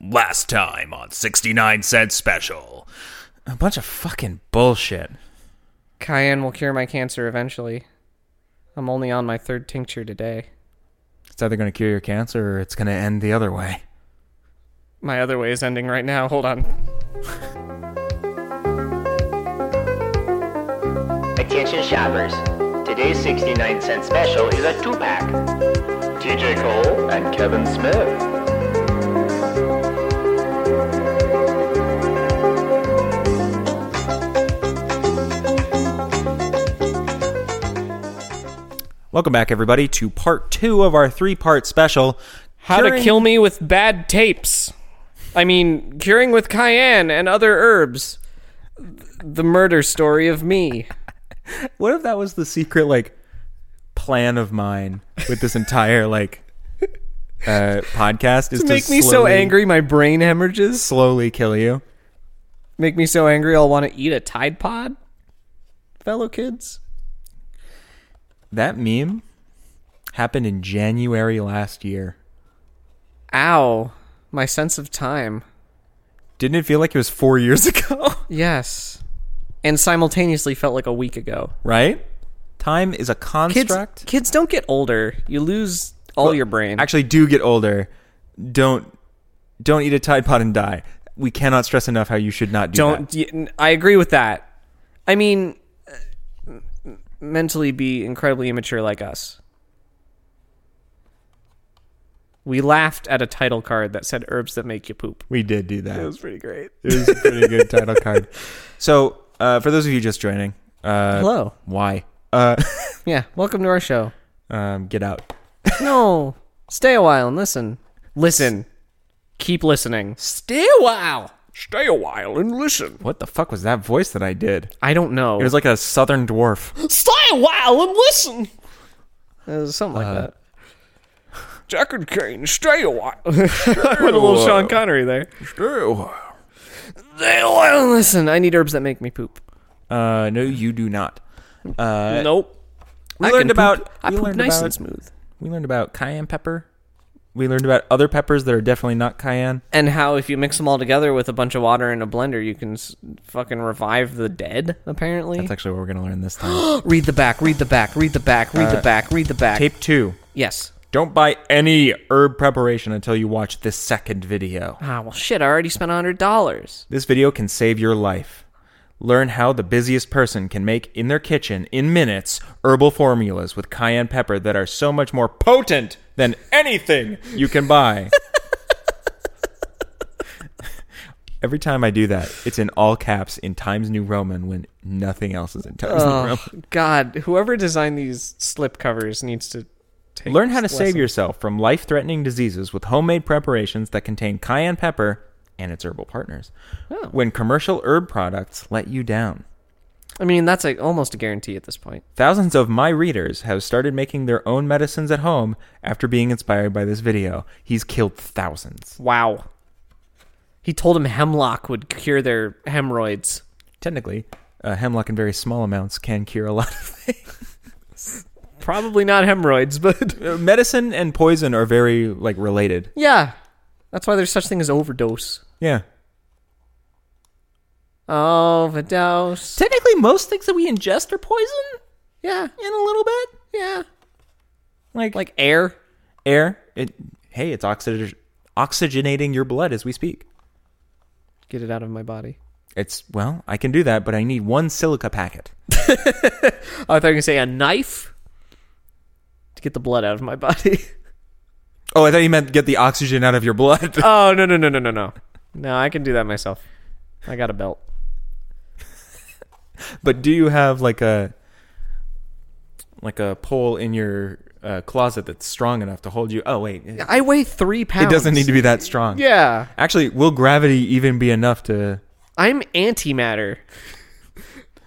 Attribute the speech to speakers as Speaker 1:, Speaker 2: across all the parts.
Speaker 1: Last time on 69 Cent Special.
Speaker 2: A bunch of fucking bullshit.
Speaker 3: Cayenne will cure my cancer eventually. I'm only on my third tincture today.
Speaker 2: It's either going to cure your cancer or it's going to end the other way.
Speaker 3: My other way is ending right now. Hold on.
Speaker 4: Attention shoppers. Today's 69 cent special is a two-pack. TJ Cole and Kevin Smith.
Speaker 2: Welcome back, everybody, to part two of our three part special.
Speaker 3: How to
Speaker 2: Curing-
Speaker 3: kill me with bad tapes. I mean, curing with cayenne and other herbs. The murder story of me.
Speaker 2: What if that was the secret, like, plan of mine with this entire, like, uh, podcast? Is to
Speaker 3: Make me so
Speaker 2: slowly-
Speaker 3: angry my brain hemorrhages.
Speaker 2: Slowly kill you.
Speaker 3: Make me so angry I'll want to eat a Tide Pod. Fellow kids.
Speaker 2: That meme happened in January last year.
Speaker 3: Ow. My sense of time.
Speaker 2: Didn't it feel like it was four years ago?
Speaker 3: Yes. And simultaneously felt like a week ago.
Speaker 2: right? Time is a
Speaker 3: Kids,
Speaker 2: construct.
Speaker 3: kids don't get older. You lose all your brain.
Speaker 2: actually do get older, don't don't eat a Tide Pod and die. We cannot stress enough how you should not do
Speaker 3: don't
Speaker 2: that.
Speaker 3: y- n- i agree with that i mean uh, m- mentally be incredibly immature like us we laughed at a title card that said herbs that make you poop
Speaker 2: We did do that.
Speaker 3: it was pretty great
Speaker 2: It was a pretty good title card. So, uh, for those of you just joining, uh,
Speaker 3: hello
Speaker 2: why? Uh,
Speaker 3: yeah welcome to our show
Speaker 2: um, get out.
Speaker 3: no stay a while and listen listen keep listening
Speaker 2: Stay a while.
Speaker 3: stay a while and listen
Speaker 2: What the fuck was that voice that I did?
Speaker 3: i don't know
Speaker 2: It was like a southern dwarf.
Speaker 3: stay a while and listen Uh, something like that Jack and Kane, stay a while. With a little Sean Connery there. Well, listen, I need herbs that make me poop.
Speaker 2: Uh, no, you do not. Uh,
Speaker 3: nope.
Speaker 2: we
Speaker 3: I can
Speaker 2: learned about.
Speaker 3: Poop. I
Speaker 2: we
Speaker 3: poop
Speaker 2: learned
Speaker 3: nice
Speaker 2: about,
Speaker 3: and smooth.
Speaker 2: We learned about cayenne pepper. We learned about other peppers that are definitely not cayenne.
Speaker 3: And how if you mix them all together with a bunch of water in a blender, you can s- fucking revive the dead. Apparently.
Speaker 2: That's actually what we're gonna learn this time.
Speaker 3: read the back. Read the back. Read the back. Read the back. Read the back.
Speaker 2: Tape two.
Speaker 3: Yes.
Speaker 2: Don't buy any herb preparation until you watch this second video.
Speaker 3: Ah well, shit. I already spent a hundred dollars.
Speaker 2: This video can save your life. Learn how the busiest person can make in their kitchen in minutes herbal formulas with cayenne pepper that are so much more potent than anything you can buy. Every time I do that, it's in all caps in Times New Roman when nothing else is in Times New Roman.
Speaker 3: God, whoever designed these slip covers needs to take
Speaker 2: Learn how to
Speaker 3: this
Speaker 2: save
Speaker 3: lesson.
Speaker 2: yourself from life threatening diseases with homemade preparations that contain cayenne pepper and its herbal partners. When commercial herb products let you down.
Speaker 3: I mean, that's like almost a guarantee at this point.
Speaker 2: Thousands of my readers have started making their own medicines at home after being inspired by this video. He's killed thousands.
Speaker 3: Wow. He told him hemlock would cure their hemorrhoids.
Speaker 2: Technically, uh, hemlock in very small amounts can cure a lot of
Speaker 3: Probably not hemorrhoids, but
Speaker 2: Uh, Medicine and poison are very like related.
Speaker 3: yeah. That's why there's such thing as overdose.
Speaker 2: Yeah.
Speaker 3: Overdose.
Speaker 2: Technically, most things that we ingest are poison
Speaker 3: Yeah,
Speaker 2: in a little bit.
Speaker 3: yeah.
Speaker 2: Like
Speaker 3: Like air.
Speaker 2: air. It hey, it's oxid- oxygenating your blood as we speak.
Speaker 3: Get it out of my body.
Speaker 2: It's well, I can do that, but I need one silica packet.
Speaker 3: Oh, I thought you were gonna say a knife to get the blood out of my body.
Speaker 2: Oh, I thought you meant get the oxygen out of your blood.
Speaker 3: oh no no no no no no. No, I can do that myself. I got a belt.
Speaker 2: but do you have like a like a pole in your uh, closet that's strong enough to hold you? Oh wait, it,
Speaker 3: I weigh three pounds.
Speaker 2: it doesn't need to be that strong.
Speaker 3: Yeah,
Speaker 2: Actually, will gravity even be enough to?
Speaker 3: I'm antimatter.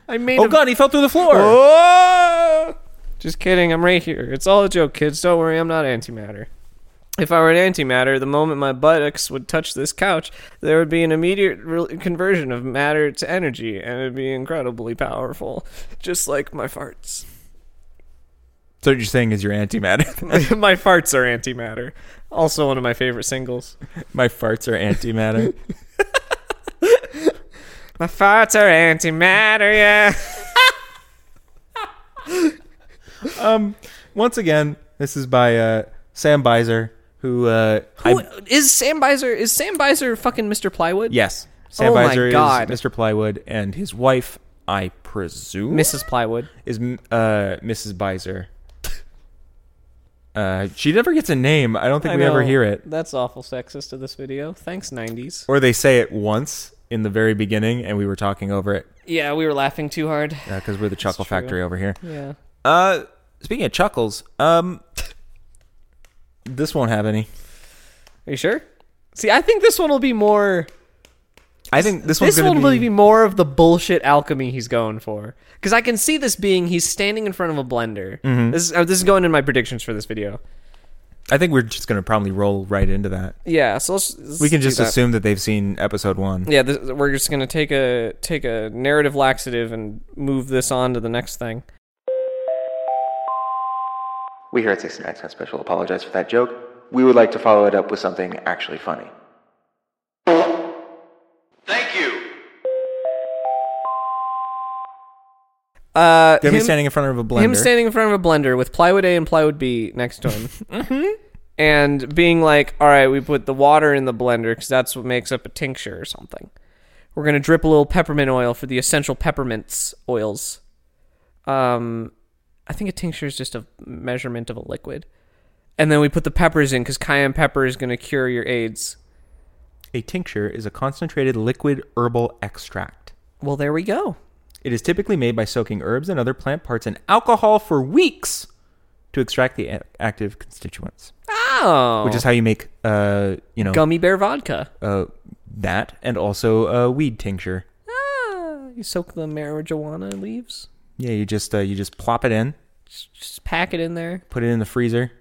Speaker 3: I made.
Speaker 2: Oh
Speaker 3: of-
Speaker 2: god, he fell through the floor.
Speaker 3: Just kidding, I'm right here. It's all a joke, kids. Don't worry, I'm not antimatter. If I were an antimatter, the moment my buttocks would touch this couch, there would be an immediate re- conversion of matter to energy, and it'd be incredibly powerful, just like my farts.
Speaker 2: So what you're saying is your antimatter.
Speaker 3: my farts are antimatter. Also, one of my favorite singles.
Speaker 2: My farts are antimatter.
Speaker 3: My farts are antimatter, yeah.
Speaker 2: Once again, this is by uh, Sam Beiser, who, uh, I-
Speaker 3: Who, is Sam Beiser? Is Sam Beiser fucking Mr. Plywood?
Speaker 2: yes, Sam
Speaker 3: Oh my
Speaker 2: Beiser
Speaker 3: God.
Speaker 2: is Mr. Plywood, and his wife, I presume,
Speaker 3: Mrs. Plywood.
Speaker 2: is m- uh, Mrs. Beiser. Uh, she never gets a name. I don't think we ever hear it,
Speaker 3: That's awful sexist of this video. Thanks, 90s.
Speaker 2: or they say it once in the very beginning, and we were talking over it
Speaker 3: Yeah, we were laughing too hard.
Speaker 2: because we're the Chuckle Factory over here.
Speaker 3: Yeah.
Speaker 2: Uh, speaking of chuckles, um, this won't have any.
Speaker 3: Are you sure? See, I think this one will be more.
Speaker 2: I think this one's
Speaker 3: This
Speaker 2: gonna
Speaker 3: one will
Speaker 2: be,
Speaker 3: be more of the bullshit alchemy he's going for. Because I can see this being he's standing in front of a blender.
Speaker 2: Mm-hmm.
Speaker 3: This, is, oh, this is going in my predictions for this video.
Speaker 2: I think we're just gonna probably roll right into that.
Speaker 3: Yeah, so let's, let's
Speaker 2: We can
Speaker 3: do
Speaker 2: just
Speaker 3: that.
Speaker 2: assume that they've seen episode one.
Speaker 3: Yeah, this, we're just gonna take a take a narrative laxative and move this on to the next thing.
Speaker 5: We here at 69 Cent Special apologize for that joke. We would like to follow it up with something actually funny. Thank you!
Speaker 3: Uh,
Speaker 2: Gonna be
Speaker 3: him-
Speaker 2: standing in front of a blender.
Speaker 3: Him standing in front of a blender with plywood A and plywood B next to him. And being like, all right, we put the water in the blender because that's what makes up a tincture or something. We're going to drip a little peppermint oil for the essential peppermints oils. Um, I think a tincture is just a measurement of a liquid. And then we put the peppers in because cayenne pepper is going to cure your AIDS.
Speaker 2: a tincture is a concentrated liquid herbal extract.
Speaker 3: Well, there we go.
Speaker 2: It is typically made by soaking herbs and other plant parts in alcohol for weeks to extract the a- active constituents,
Speaker 3: Oh.
Speaker 2: which is how you make, uh, you know,
Speaker 3: gummy bear vodka.
Speaker 2: uh, that and also uh, weed tincture.
Speaker 3: Ah, you soak the marijuana leaves,
Speaker 2: Yeah, you just uh, you just plop it in,
Speaker 3: just pack it in there.
Speaker 2: put it in the freezer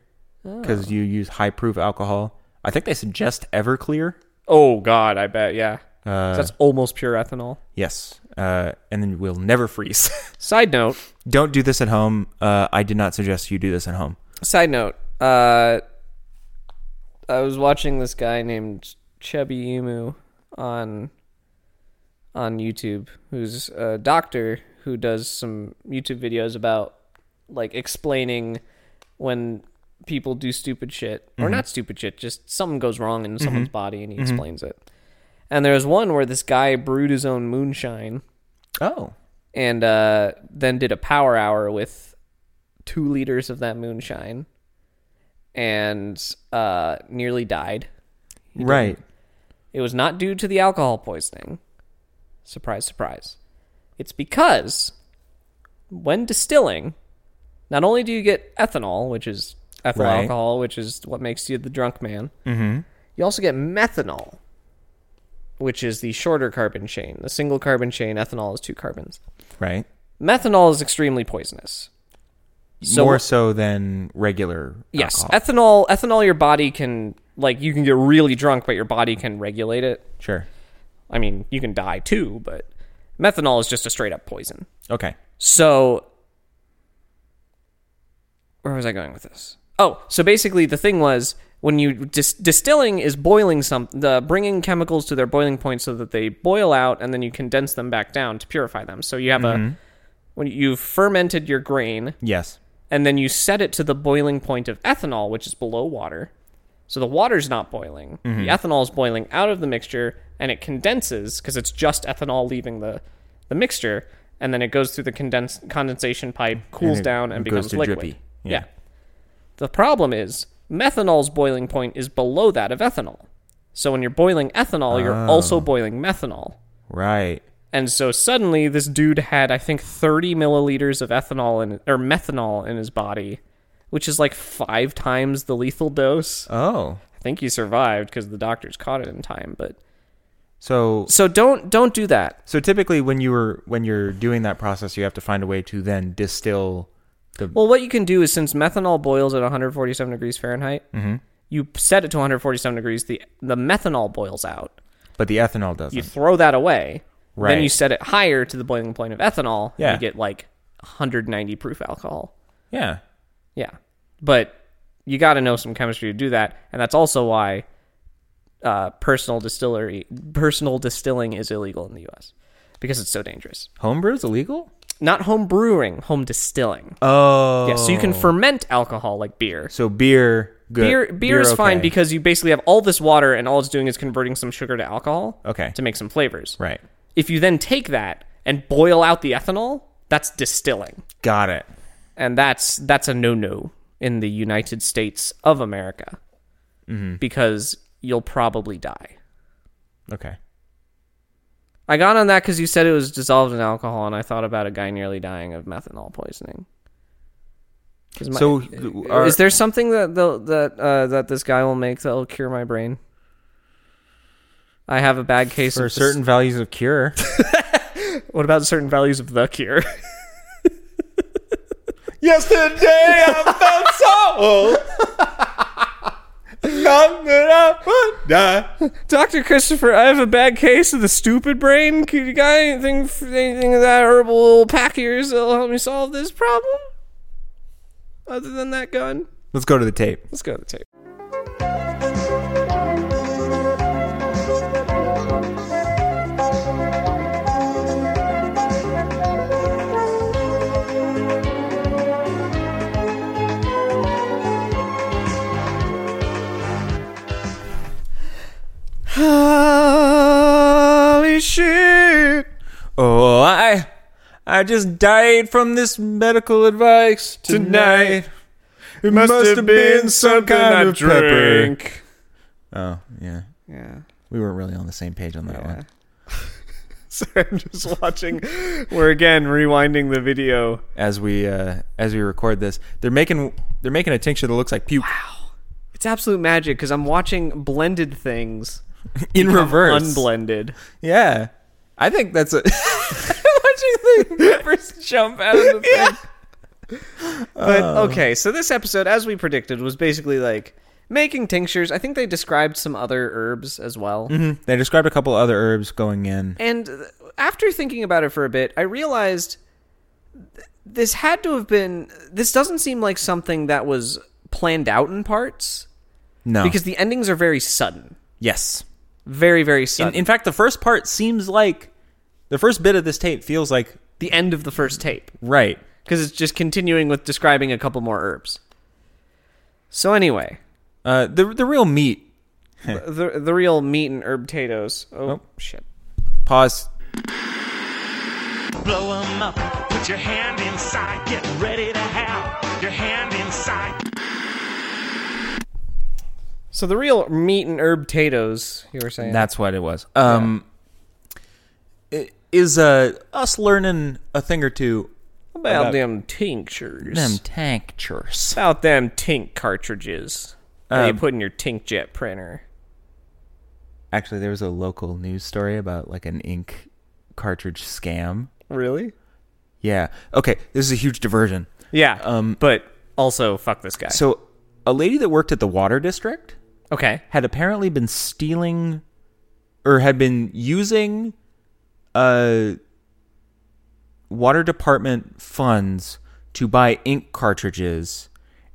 Speaker 3: Oh.
Speaker 2: because you use high proof alcohol. I think they suggest Everclear.
Speaker 3: Oh God, I bet. Yeah, that's almost pure ethanol.
Speaker 2: Yes, uh, and then we'll never freeze.
Speaker 3: Side note.
Speaker 2: Don't do this at home. Uh, I did not suggest you do this at home.
Speaker 3: Side note. Uh, I was watching this guy named Chubby Emu on on YouTube, who's a doctor who does some YouTube videos about like explaining when people do stupid shit or not stupid shit, just something goes wrong in someone's body, and he explains it. And there was one where this guy brewed his own moonshine.
Speaker 2: Oh,
Speaker 3: and uh, then did a power hour with two liters of that moonshine and uh, nearly died.
Speaker 2: right.
Speaker 3: It was not due to the alcohol poisoning. Surprise, surprise. It's because when distilling, not only do you get ethanol, which is ethyl
Speaker 2: Right.
Speaker 3: alcohol, which is what makes you the drunk man, mm-hmm. you also get methanol, which is the shorter carbon chain. The single carbon chain, ethanol is two carbons
Speaker 2: Right.
Speaker 3: methanol is extremely poisonous. So
Speaker 2: More so than regular.
Speaker 3: yes,
Speaker 2: alcohol.
Speaker 3: ethanol ethanol your body can like you can get really drunk but your body can regulate it.
Speaker 2: sure.
Speaker 3: I mean, you can die too, but methanol is just a straight up poison.
Speaker 2: Okay.
Speaker 3: So where was I going with this? Oh, so basically the thing was when you dis- distilling is boiling some the bringing chemicals to their boiling point so that they boil out and then you condense them back down to purify them. So you have
Speaker 2: Mm-hmm.
Speaker 3: a when you've fermented your grain,
Speaker 2: Yes.
Speaker 3: and then you set it to the boiling point of ethanol, which is below water. So the water's not boiling.
Speaker 2: Mm-hmm.
Speaker 3: The ethanol is boiling out of the mixture, and it condenses because it's just ethanol leaving the, the mixture, and then it goes through the condens- condensation pipe, cools
Speaker 2: it
Speaker 3: down, and
Speaker 2: goes
Speaker 3: becomes
Speaker 2: to
Speaker 3: liquid.
Speaker 2: drippy.
Speaker 3: Yeah.
Speaker 2: Yeah.
Speaker 3: The problem is methanol's boiling point is below that of ethanol. So when you're boiling ethanol, you're
Speaker 2: Ah.
Speaker 3: also boiling methanol.
Speaker 2: Right.
Speaker 3: And so suddenly, this dude had, I think, 30 milliliters of ethanol in, or methanol in his body, which is like five times the lethal dose.
Speaker 2: Oh.
Speaker 3: I think he survived because the doctors caught it in time. But
Speaker 2: So
Speaker 3: so don't don't do that.
Speaker 2: so typically when you were when you're doing that process, you have to find a way to then distill the
Speaker 3: Well, what you can do is since methanol boils at 147 degrees Fahrenheit, you set it to 147 degrees. The the methanol boils out.
Speaker 2: but the ethanol doesn't.
Speaker 3: You throw that away.
Speaker 2: Right.
Speaker 3: Then you set it higher to the boiling point of ethanol. and
Speaker 2: Yeah.
Speaker 3: you get like 190 proof alcohol.
Speaker 2: yeah.
Speaker 3: Yeah. But you got to know some chemistry to do that, and that's also why uh, personal distillery personal distilling is illegal in the U.S. because it's so dangerous.
Speaker 2: Homebrew is illegal?
Speaker 3: Not home brewing, home distilling.
Speaker 2: Oh.
Speaker 3: Yeah, so you can ferment alcohol like beer.
Speaker 2: So beer, good.
Speaker 3: Beer, beer, is fine
Speaker 2: okay.
Speaker 3: because you basically have all this water, and all it's doing is converting some sugar to alcohol.
Speaker 2: Okay.
Speaker 3: To make some flavors.
Speaker 2: Right.
Speaker 3: If you then take that and boil out the ethanol, that's distilling,
Speaker 2: Got it.
Speaker 3: and that's that's a no-no in the United States of America
Speaker 2: Mm-hmm.
Speaker 3: because you'll probably die.
Speaker 2: Okay.
Speaker 3: I got on that because you said it was dissolved in alcohol, and I thought about a guy nearly dying of methanol poisoning. 'Cause my- uh,
Speaker 2: So are-
Speaker 3: is there something that they'll- that uh, that this guy will make that'll cure my brain? I have a bad case
Speaker 2: for
Speaker 3: of this-
Speaker 2: certain values of cure?
Speaker 3: What about certain values of the cure?
Speaker 2: Yesterday I felt so old. Not that I would die.
Speaker 3: Doctor Christopher, I have a bad case of the stupid brain. Could you got anything anything of that herbal pack of yours that'll help me solve this problem? Other than that gun,
Speaker 2: Let's go to the tape.
Speaker 3: let's go to the tape.
Speaker 2: Holy shit. Oh, I I just died from this medical advice tonight. It must, have been some kind of drink. Oh, yeah.
Speaker 3: Yeah.
Speaker 2: We weren't really on the same page on that one.
Speaker 3: Sorry, I'm just watching. We're again rewinding the video.
Speaker 2: As we uh as we record this, they're making they're making a tincture that looks like puke
Speaker 3: It's absolute magic because I'm watching blended things
Speaker 2: in reverse.
Speaker 3: unblended.
Speaker 2: Yeah. I think that's a
Speaker 3: watching the first jump out of the thing. But
Speaker 2: Uh.
Speaker 3: okay, so this episode, as we predicted, was basically like making tinctures. I think they described some other herbs as well.
Speaker 2: Hmm. They described a couple other herbs going in.
Speaker 3: And uh, after thinking about it for a bit, I realized th- this had to have been. This doesn't seem like something that was planned out in parts
Speaker 2: No.
Speaker 3: because the endings are very sudden.
Speaker 2: yes.
Speaker 3: Very, very sudden.
Speaker 2: In, in fact, the first part seems like the first bit of this tape feels like
Speaker 3: the end of the first tape.
Speaker 2: right.
Speaker 3: because it's just continuing with describing a couple more herbs. So anyway,
Speaker 2: Uh, the the real meat.
Speaker 3: the the real meat and herb potatoes. Oh,
Speaker 2: Oh.
Speaker 3: shit!
Speaker 2: Pause.
Speaker 6: Blow 'em up. Put your hand inside. Get ready to have your hand inside.
Speaker 3: So the real meat and herb potatoes. You were saying
Speaker 2: That's what it was. Um, i- is uh us learning a thing or two
Speaker 3: about, them tinctures,
Speaker 2: tinctures.
Speaker 3: about them tink cartridges that you put in your tinkjet printer.
Speaker 2: Actually, there was a local news story about like an ink cartridge scam.
Speaker 3: Really?
Speaker 2: Yeah. Okay. This is a huge diversion.
Speaker 3: Yeah. Um, but also fuck this guy.
Speaker 2: So, a lady that worked at the water district
Speaker 3: okay.
Speaker 2: had apparently been stealing or had been using uh water department funds to buy ink cartridges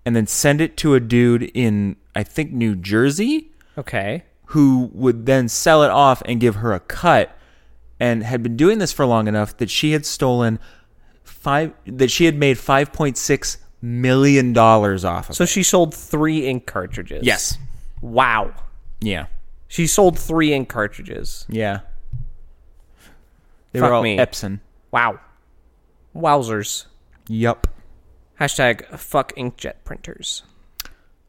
Speaker 2: and then send it to a dude in I think New Jersey
Speaker 3: Okay.
Speaker 2: who would then sell it off and give her a cut and had been doing this for long enough that she had stolen five that she had made 5.6 million dollars off of
Speaker 3: So
Speaker 2: it.
Speaker 3: she sold three ink cartridges.
Speaker 2: yes
Speaker 3: Wow.
Speaker 2: yeah
Speaker 3: She sold three ink cartridges.
Speaker 2: Yeah. They
Speaker 3: Fuck
Speaker 2: were all
Speaker 3: me.
Speaker 2: Epson.
Speaker 3: Wow. Wowzers.
Speaker 2: Yup.
Speaker 3: Hashtag fuck inkjet printers.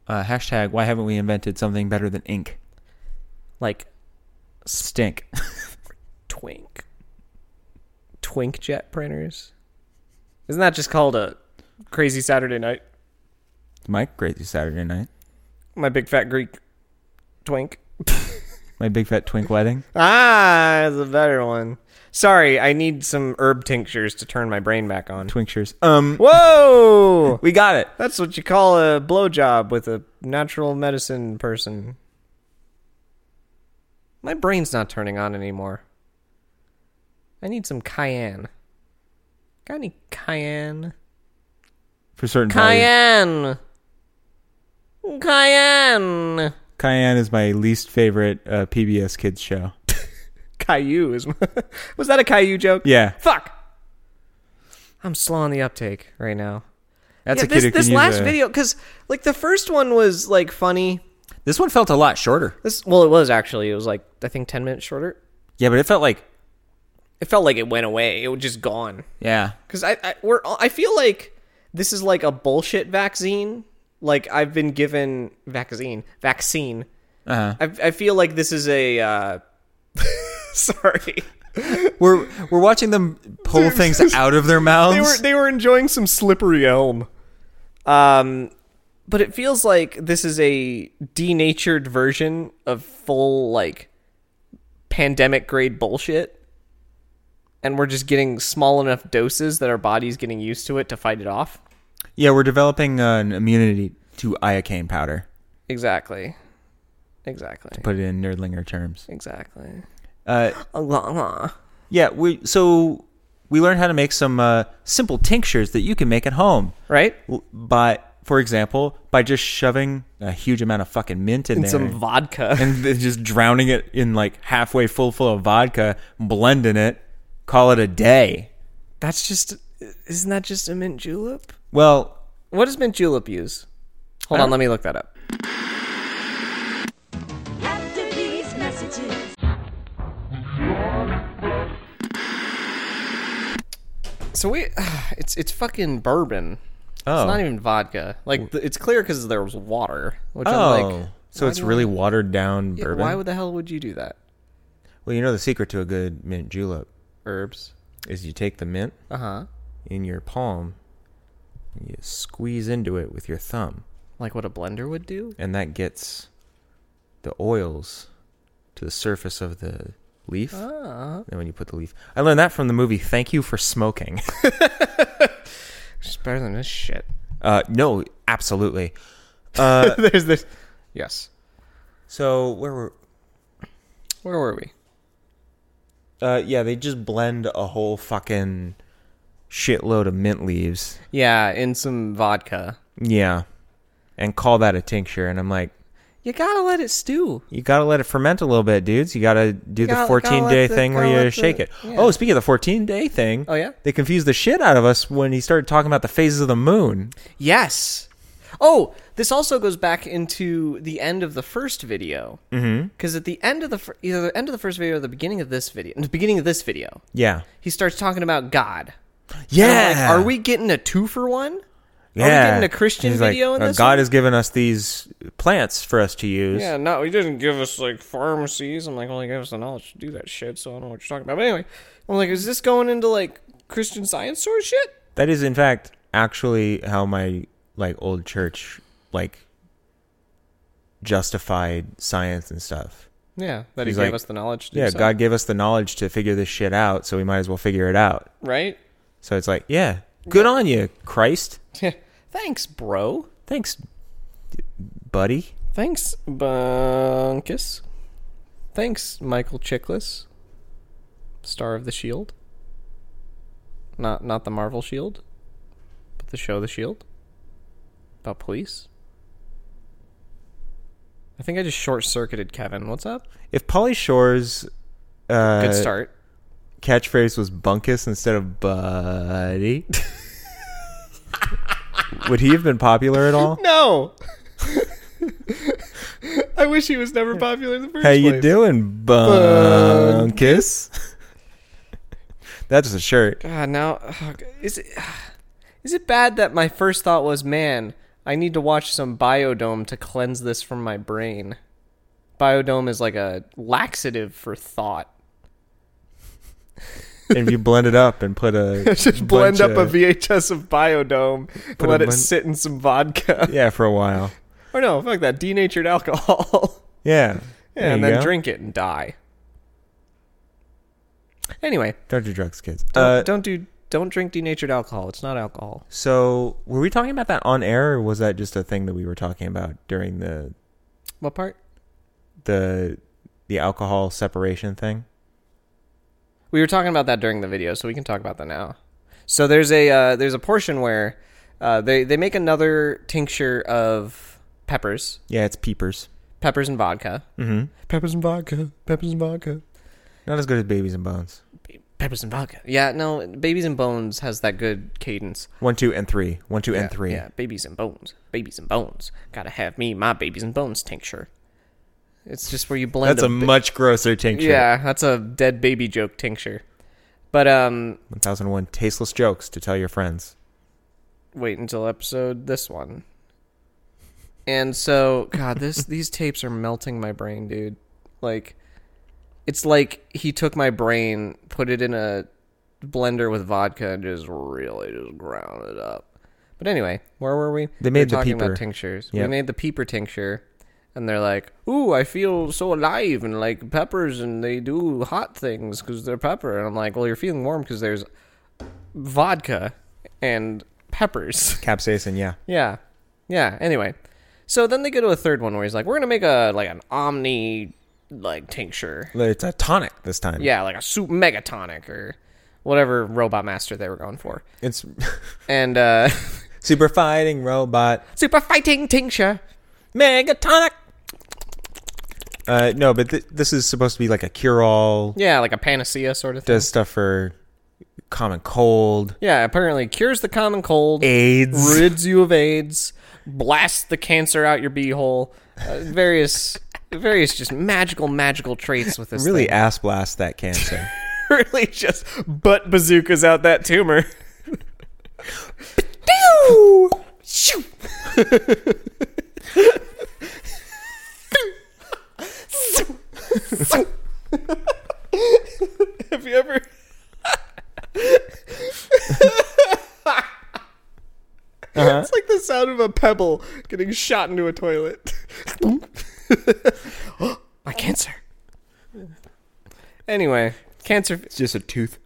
Speaker 2: Uh, hashtag, why haven't we invented something better than ink?
Speaker 3: Like
Speaker 2: Stink.
Speaker 3: twink. Twink jet printers? Isn't that just called a crazy Saturday night?
Speaker 2: My crazy Saturday night.
Speaker 3: My big fat Greek twink.
Speaker 2: My big fat twink wedding.
Speaker 3: Ah, that's a better one. Sorry, I need some herb tinctures to turn my brain back on.
Speaker 2: Twinktures. Um,
Speaker 3: Whoa!
Speaker 2: we got it.
Speaker 3: That's what you call a blowjob with a natural medicine person. My brain's not turning on anymore. I need some cayenne. Got any cayenne?
Speaker 2: for certain value.
Speaker 3: Cayenne. Cayenne.
Speaker 2: Cayenne is my least favorite uh, PBS kids show.
Speaker 3: Caillou is. was that a Caillou joke?
Speaker 2: Yeah,
Speaker 3: Fuck. I'm slow on the uptake right now.
Speaker 2: that's
Speaker 3: yeah,
Speaker 2: a kid who
Speaker 3: this
Speaker 2: can
Speaker 3: this
Speaker 2: use
Speaker 3: last
Speaker 2: a-
Speaker 3: video because like the first one was like funny.
Speaker 7: This one felt a lot shorter.
Speaker 3: This well, it was actually. It was like I think ten minutes shorter.
Speaker 7: Yeah, but it felt like
Speaker 3: It felt like it went away. It was just gone.
Speaker 7: yeah.
Speaker 3: Because I, I we're all- I feel like this is like a bullshit vaccine. Like I've been given vaccine vaccine. Uh-huh. I I feel like this is a. Uh, sorry.
Speaker 7: We're we're watching them pull things out of their mouths.
Speaker 3: they were they were enjoying some slippery elm. Um, but it feels like this is a denatured version of full like pandemic grade bullshit, and we're just getting small enough doses that our body's getting used to it to fight it off.
Speaker 2: yeah. We're developing uh, an immunity to iocane powder.
Speaker 3: Exactly. Exactly.
Speaker 2: Put it in nerdlinger terms.
Speaker 3: Exactly.
Speaker 2: Uh,
Speaker 3: Uh,
Speaker 2: yeah, we so we learned how to make some uh, simple tinctures that you can make at home.
Speaker 3: right?
Speaker 2: L- By, for example, by just shoving a huge amount of fucking mint in,
Speaker 3: And
Speaker 2: there.
Speaker 3: some vodka.
Speaker 2: and then just drowning it in like halfway full full of vodka, blending it, call it a day.
Speaker 3: That's just. Isn't that just a mint julep?
Speaker 2: Well,
Speaker 3: What does mint julep use? Hold on, let me look that up.
Speaker 8: After these messages.
Speaker 3: So we, it's it's fucking bourbon.
Speaker 2: oh,
Speaker 3: It's not even vodka. Like th- it's clear because there was water. Which I'm
Speaker 2: oh,
Speaker 3: like,
Speaker 2: so it's really watered down
Speaker 3: yeah,
Speaker 2: bourbon.
Speaker 3: why would the hell would you do that?
Speaker 2: well, you know the secret to a good mint julep
Speaker 3: Herbs.
Speaker 2: is you take the mint
Speaker 3: Uh huh.
Speaker 2: in your palm, and you squeeze into it with your thumb,
Speaker 3: Like what a blender would do.
Speaker 2: and that gets the oils to the surface of the leaf.
Speaker 3: Ah.
Speaker 2: And when you put the leaf, I learned that from the movie "Thank You for Smoking."
Speaker 3: It's better than this shit.
Speaker 2: Uh, no, absolutely.
Speaker 3: There's this. Yes.
Speaker 2: So where were?
Speaker 3: Where were we?
Speaker 2: Uh, yeah, they just blend a whole fucking shitload of mint leaves.
Speaker 3: Yeah, in some vodka.
Speaker 2: Yeah, and call that a tincture. And I'm like,
Speaker 3: You gotta let it stew.
Speaker 2: you gotta let it ferment a little bit, dudes. You gotta do the
Speaker 3: gotta-
Speaker 2: 14
Speaker 3: gotta
Speaker 2: day
Speaker 3: let the-
Speaker 2: thing
Speaker 3: gotta
Speaker 2: where you
Speaker 3: let
Speaker 2: shake
Speaker 3: the-
Speaker 2: it.
Speaker 3: yeah.
Speaker 2: Oh, speaking of the 14 day thing,
Speaker 3: Oh, yeah?
Speaker 2: they confused the shit out of us when he started talking about the phases of the moon.
Speaker 3: Yes. Oh, this also goes back into the end of the first video. Mm-hmm. Because at the end of the fir- either the end of the first video or the beginning of this video, the beginning of this video,
Speaker 2: Yeah,
Speaker 3: he starts talking about God. And
Speaker 2: yeah.
Speaker 3: I'm like, are we getting a two for one?
Speaker 2: yeah.
Speaker 3: getting a Christian
Speaker 2: He's like,
Speaker 3: video in
Speaker 2: "Uh,
Speaker 3: this
Speaker 2: God
Speaker 3: one?"
Speaker 2: has given us these plants for us to use.
Speaker 3: Yeah, no, he didn't give us like pharmacies. I'm like, well, he gave us the knowledge to do that shit, so I don't know what you're talking about. But anyway, I'm like, is this going into like Christian science sort of shit?
Speaker 2: That is, in fact, actually how my like old church like justified science and stuff.
Speaker 3: Yeah, that
Speaker 2: He's
Speaker 3: he gave
Speaker 2: like,
Speaker 3: us the knowledge to
Speaker 2: yeah,
Speaker 3: do so.
Speaker 2: God gave us the knowledge to figure this shit out, so we might as well figure it out.
Speaker 3: Right?
Speaker 2: So it's like, yeah, good on you, Christ.
Speaker 3: Thanks, bro.
Speaker 2: Thanks, buddy.
Speaker 3: Thanks, Bunkus. Thanks, Michael Chiklis, star of the Shield. E Not not the Marvel Shield, E but the show The Shield E about police. I think I just short circuited Kevin. What's up?
Speaker 2: If Polly Shore's uh,
Speaker 3: Good start.
Speaker 2: catchphrase was bunkus instead of buddy, would he have been popular at all?
Speaker 3: No. I wish he was never popular in the first
Speaker 2: How you doing, bunkus? That's a shirt.
Speaker 3: God, Ah, now ugh, is it is it bad that my first thought was, man, I need to watch some Biodome to cleanse this from my brain. Biodome is like a laxative for thought.
Speaker 2: And if you blend it up and put a bunch of-
Speaker 3: VHS of Biodome and
Speaker 2: Put a bun-
Speaker 3: in some vodka.
Speaker 2: yeah for a while.
Speaker 3: Or no, fuck that, denatured alcohol.
Speaker 2: Yeah, There
Speaker 3: and
Speaker 2: you
Speaker 3: then
Speaker 2: go.
Speaker 3: drink it and die. Anyway,
Speaker 2: Don't do drugs, kids.
Speaker 3: don't,
Speaker 2: Uh,
Speaker 3: don't do don't drink denatured alcohol. It's not alcohol.
Speaker 2: so were we talking about that on air, or was that just a thing that we were talking about during the
Speaker 3: What part?
Speaker 2: the the alcohol separation thing?
Speaker 3: We were talking about that during the video, so we can talk about that now. So there's a uh, there's a portion where Uh, they they make another tincture of peppers,
Speaker 2: Yeah, it's peepers.
Speaker 3: peppers and vodka,
Speaker 2: Peppers and vodka. Peppers and vodka. Not as good as babies and bones.
Speaker 3: peppers and vodka. Yeah, no, babies and bones has that good cadence.
Speaker 2: One, two, and three. One, two,
Speaker 3: Yeah,
Speaker 2: and three.
Speaker 3: Yeah, babies and bones, babies and bones. Gotta have me my babies and bones tincture. It's just where you blend.
Speaker 2: That's a
Speaker 3: ba-
Speaker 2: much grosser tincture.
Speaker 3: yeah, that's a dead baby joke tincture. But um,
Speaker 2: 1001 tasteless jokes to tell your friends.
Speaker 3: wait until episode this one. And so, God, this these tapes are melting my brain, dude. Like, it's like he took my brain, put it in a blender with vodka, and just really just ground it up. But anyway, where were we?
Speaker 2: They
Speaker 3: We
Speaker 2: made
Speaker 3: were
Speaker 2: the
Speaker 3: talking
Speaker 2: peeper.
Speaker 3: about tinctures.
Speaker 2: Yep.
Speaker 3: We made the peeper tincture, and they're like, "Ooh, I feel so alive," and like peppers, and they do hot things because they're pepper. And I'm like, "Well, you're feeling warm because there's vodka and peppers."
Speaker 2: Capsaicin, yeah.
Speaker 3: Yeah. Yeah. Anyway. So then they go to a third one where he's like, We're gonna make a like an omni like tincture.
Speaker 2: It's a tonic this time.
Speaker 3: Yeah, like a soup megatonic or whatever robot master they were going for.
Speaker 2: It's
Speaker 3: And uh
Speaker 2: super fighting robot.
Speaker 3: super fighting tincture.
Speaker 2: Megatonic! Uh, no, but th- this is supposed to be like a cure all.
Speaker 3: Yeah, like a panacea sort of thing.
Speaker 2: Does stuff for common cold,
Speaker 3: yeah, apparently cures the common cold,
Speaker 2: AIDS.
Speaker 3: rids you of AIDS, blasts the cancer out your beehole, uh, various various just magical magical traits with this
Speaker 2: Really
Speaker 3: thing.
Speaker 2: ass blast that cancer.
Speaker 3: really just butt bazookas out that tumor. Shoo! Have you ever? It's like the sound of a pebble getting shot into a toilet. My cancer. Anyway, cancer.
Speaker 2: it's just a tooth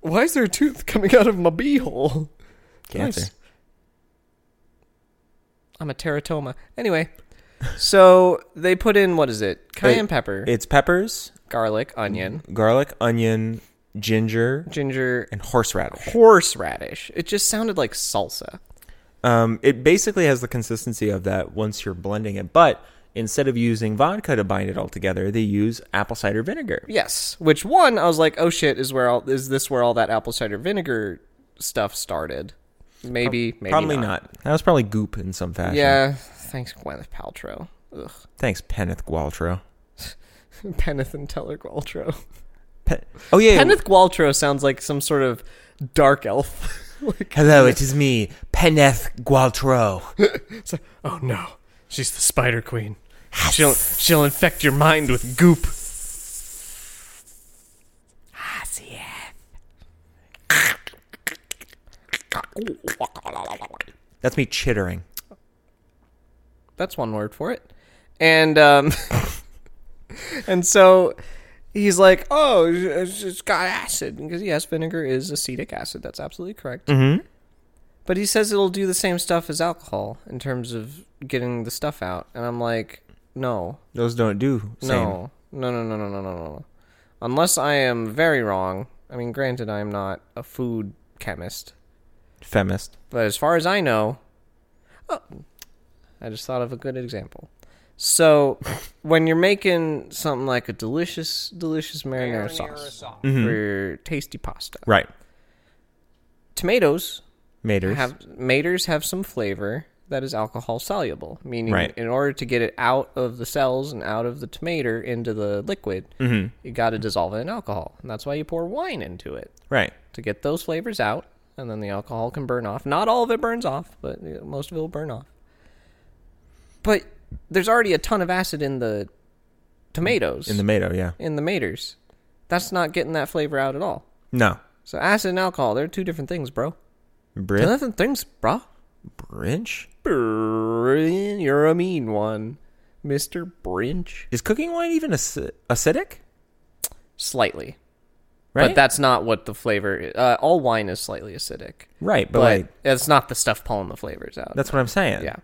Speaker 3: Why is there a tooth coming out of my beehole?
Speaker 2: cancer.
Speaker 3: Nice. I'm a teratoma. Anyway, so they put in what is it? Mm-hmm. Cayenne
Speaker 2: It-
Speaker 3: pepper,
Speaker 2: It's peppers,
Speaker 3: garlic, onion,
Speaker 2: garlic, onion, ginger,
Speaker 3: ginger,
Speaker 2: and horseradish.
Speaker 3: horseradish. It just sounded like salsa.
Speaker 2: Um, it basically has the consistency of that once you're blending it, but instead of using vodka to bind it all together, they use apple cider vinegar.
Speaker 3: Yes, which one I was like, oh shit, is where all is this where all that apple cider vinegar stuff started? Maybe, maybe
Speaker 2: probably not. That was probably goop in some fashion.
Speaker 3: Yeah, thanks Gwyneth Paltrow. Ugh,
Speaker 2: Thanks, Penneth Gualtro.
Speaker 3: Penneth and Teller Gualtrow.
Speaker 2: Pe- oh yeah.
Speaker 3: Penneth Gualtrow sounds like some sort of dark elf. like,
Speaker 2: Hello, it is me, Penneth Gualtro.
Speaker 3: Oh no, she's the Spider Queen. She'll she'll infect your mind with goop.
Speaker 2: That's me chittering.
Speaker 3: That's one word for it. And um, and so he's like, oh, it's, it's got acid because yes, vinegar is acetic acid. That's absolutely correct. Mm-hmm. But he says it'll do the same stuff as alcohol in terms of getting the stuff out, and I'm like, no,
Speaker 2: Those don't do same.
Speaker 3: No, no, no, no, no, no, no, no. Unless I am very wrong. I mean, granted, I am not a food chemist,
Speaker 2: Femist.
Speaker 3: but as far as I know, oh, I just thought of a good example. So, when you're making something like a delicious, delicious marinara, sauce, Mm-hmm. for your tasty pasta,
Speaker 2: Right.
Speaker 3: tomatoes
Speaker 2: Maters.
Speaker 3: have maters have some flavor that is alcohol soluble, meaning
Speaker 2: Right.
Speaker 3: in order to get it out of the cells and out of the tomato into the liquid,
Speaker 2: Mm-hmm.
Speaker 3: you got to dissolve it in alcohol, and that's why you pour wine into it
Speaker 2: right.
Speaker 3: to get those flavors out, and then the alcohol can burn off. Not all of it burns off, but you know, most of it will burn off. But there's already a ton of acid in the tomatoes
Speaker 2: In the mato, yeah.
Speaker 3: in the maters. That's not getting that flavor out at all.
Speaker 2: No.
Speaker 3: So acid and alcohol, they're two different things, bro. Two
Speaker 2: Brit.
Speaker 3: different things, bruh.
Speaker 2: Brinch?
Speaker 3: Brin- You're a mean one, Mr. Brinch.
Speaker 2: Is cooking wine even aci- acidic?
Speaker 3: Slightly.
Speaker 2: Right.
Speaker 3: But that's not what the flavor is. Uh, all wine is slightly acidic.
Speaker 2: Right, but,
Speaker 3: But
Speaker 2: like
Speaker 3: it's not the stuff pulling the flavors out.
Speaker 2: that's what I'm saying.
Speaker 3: Yeah.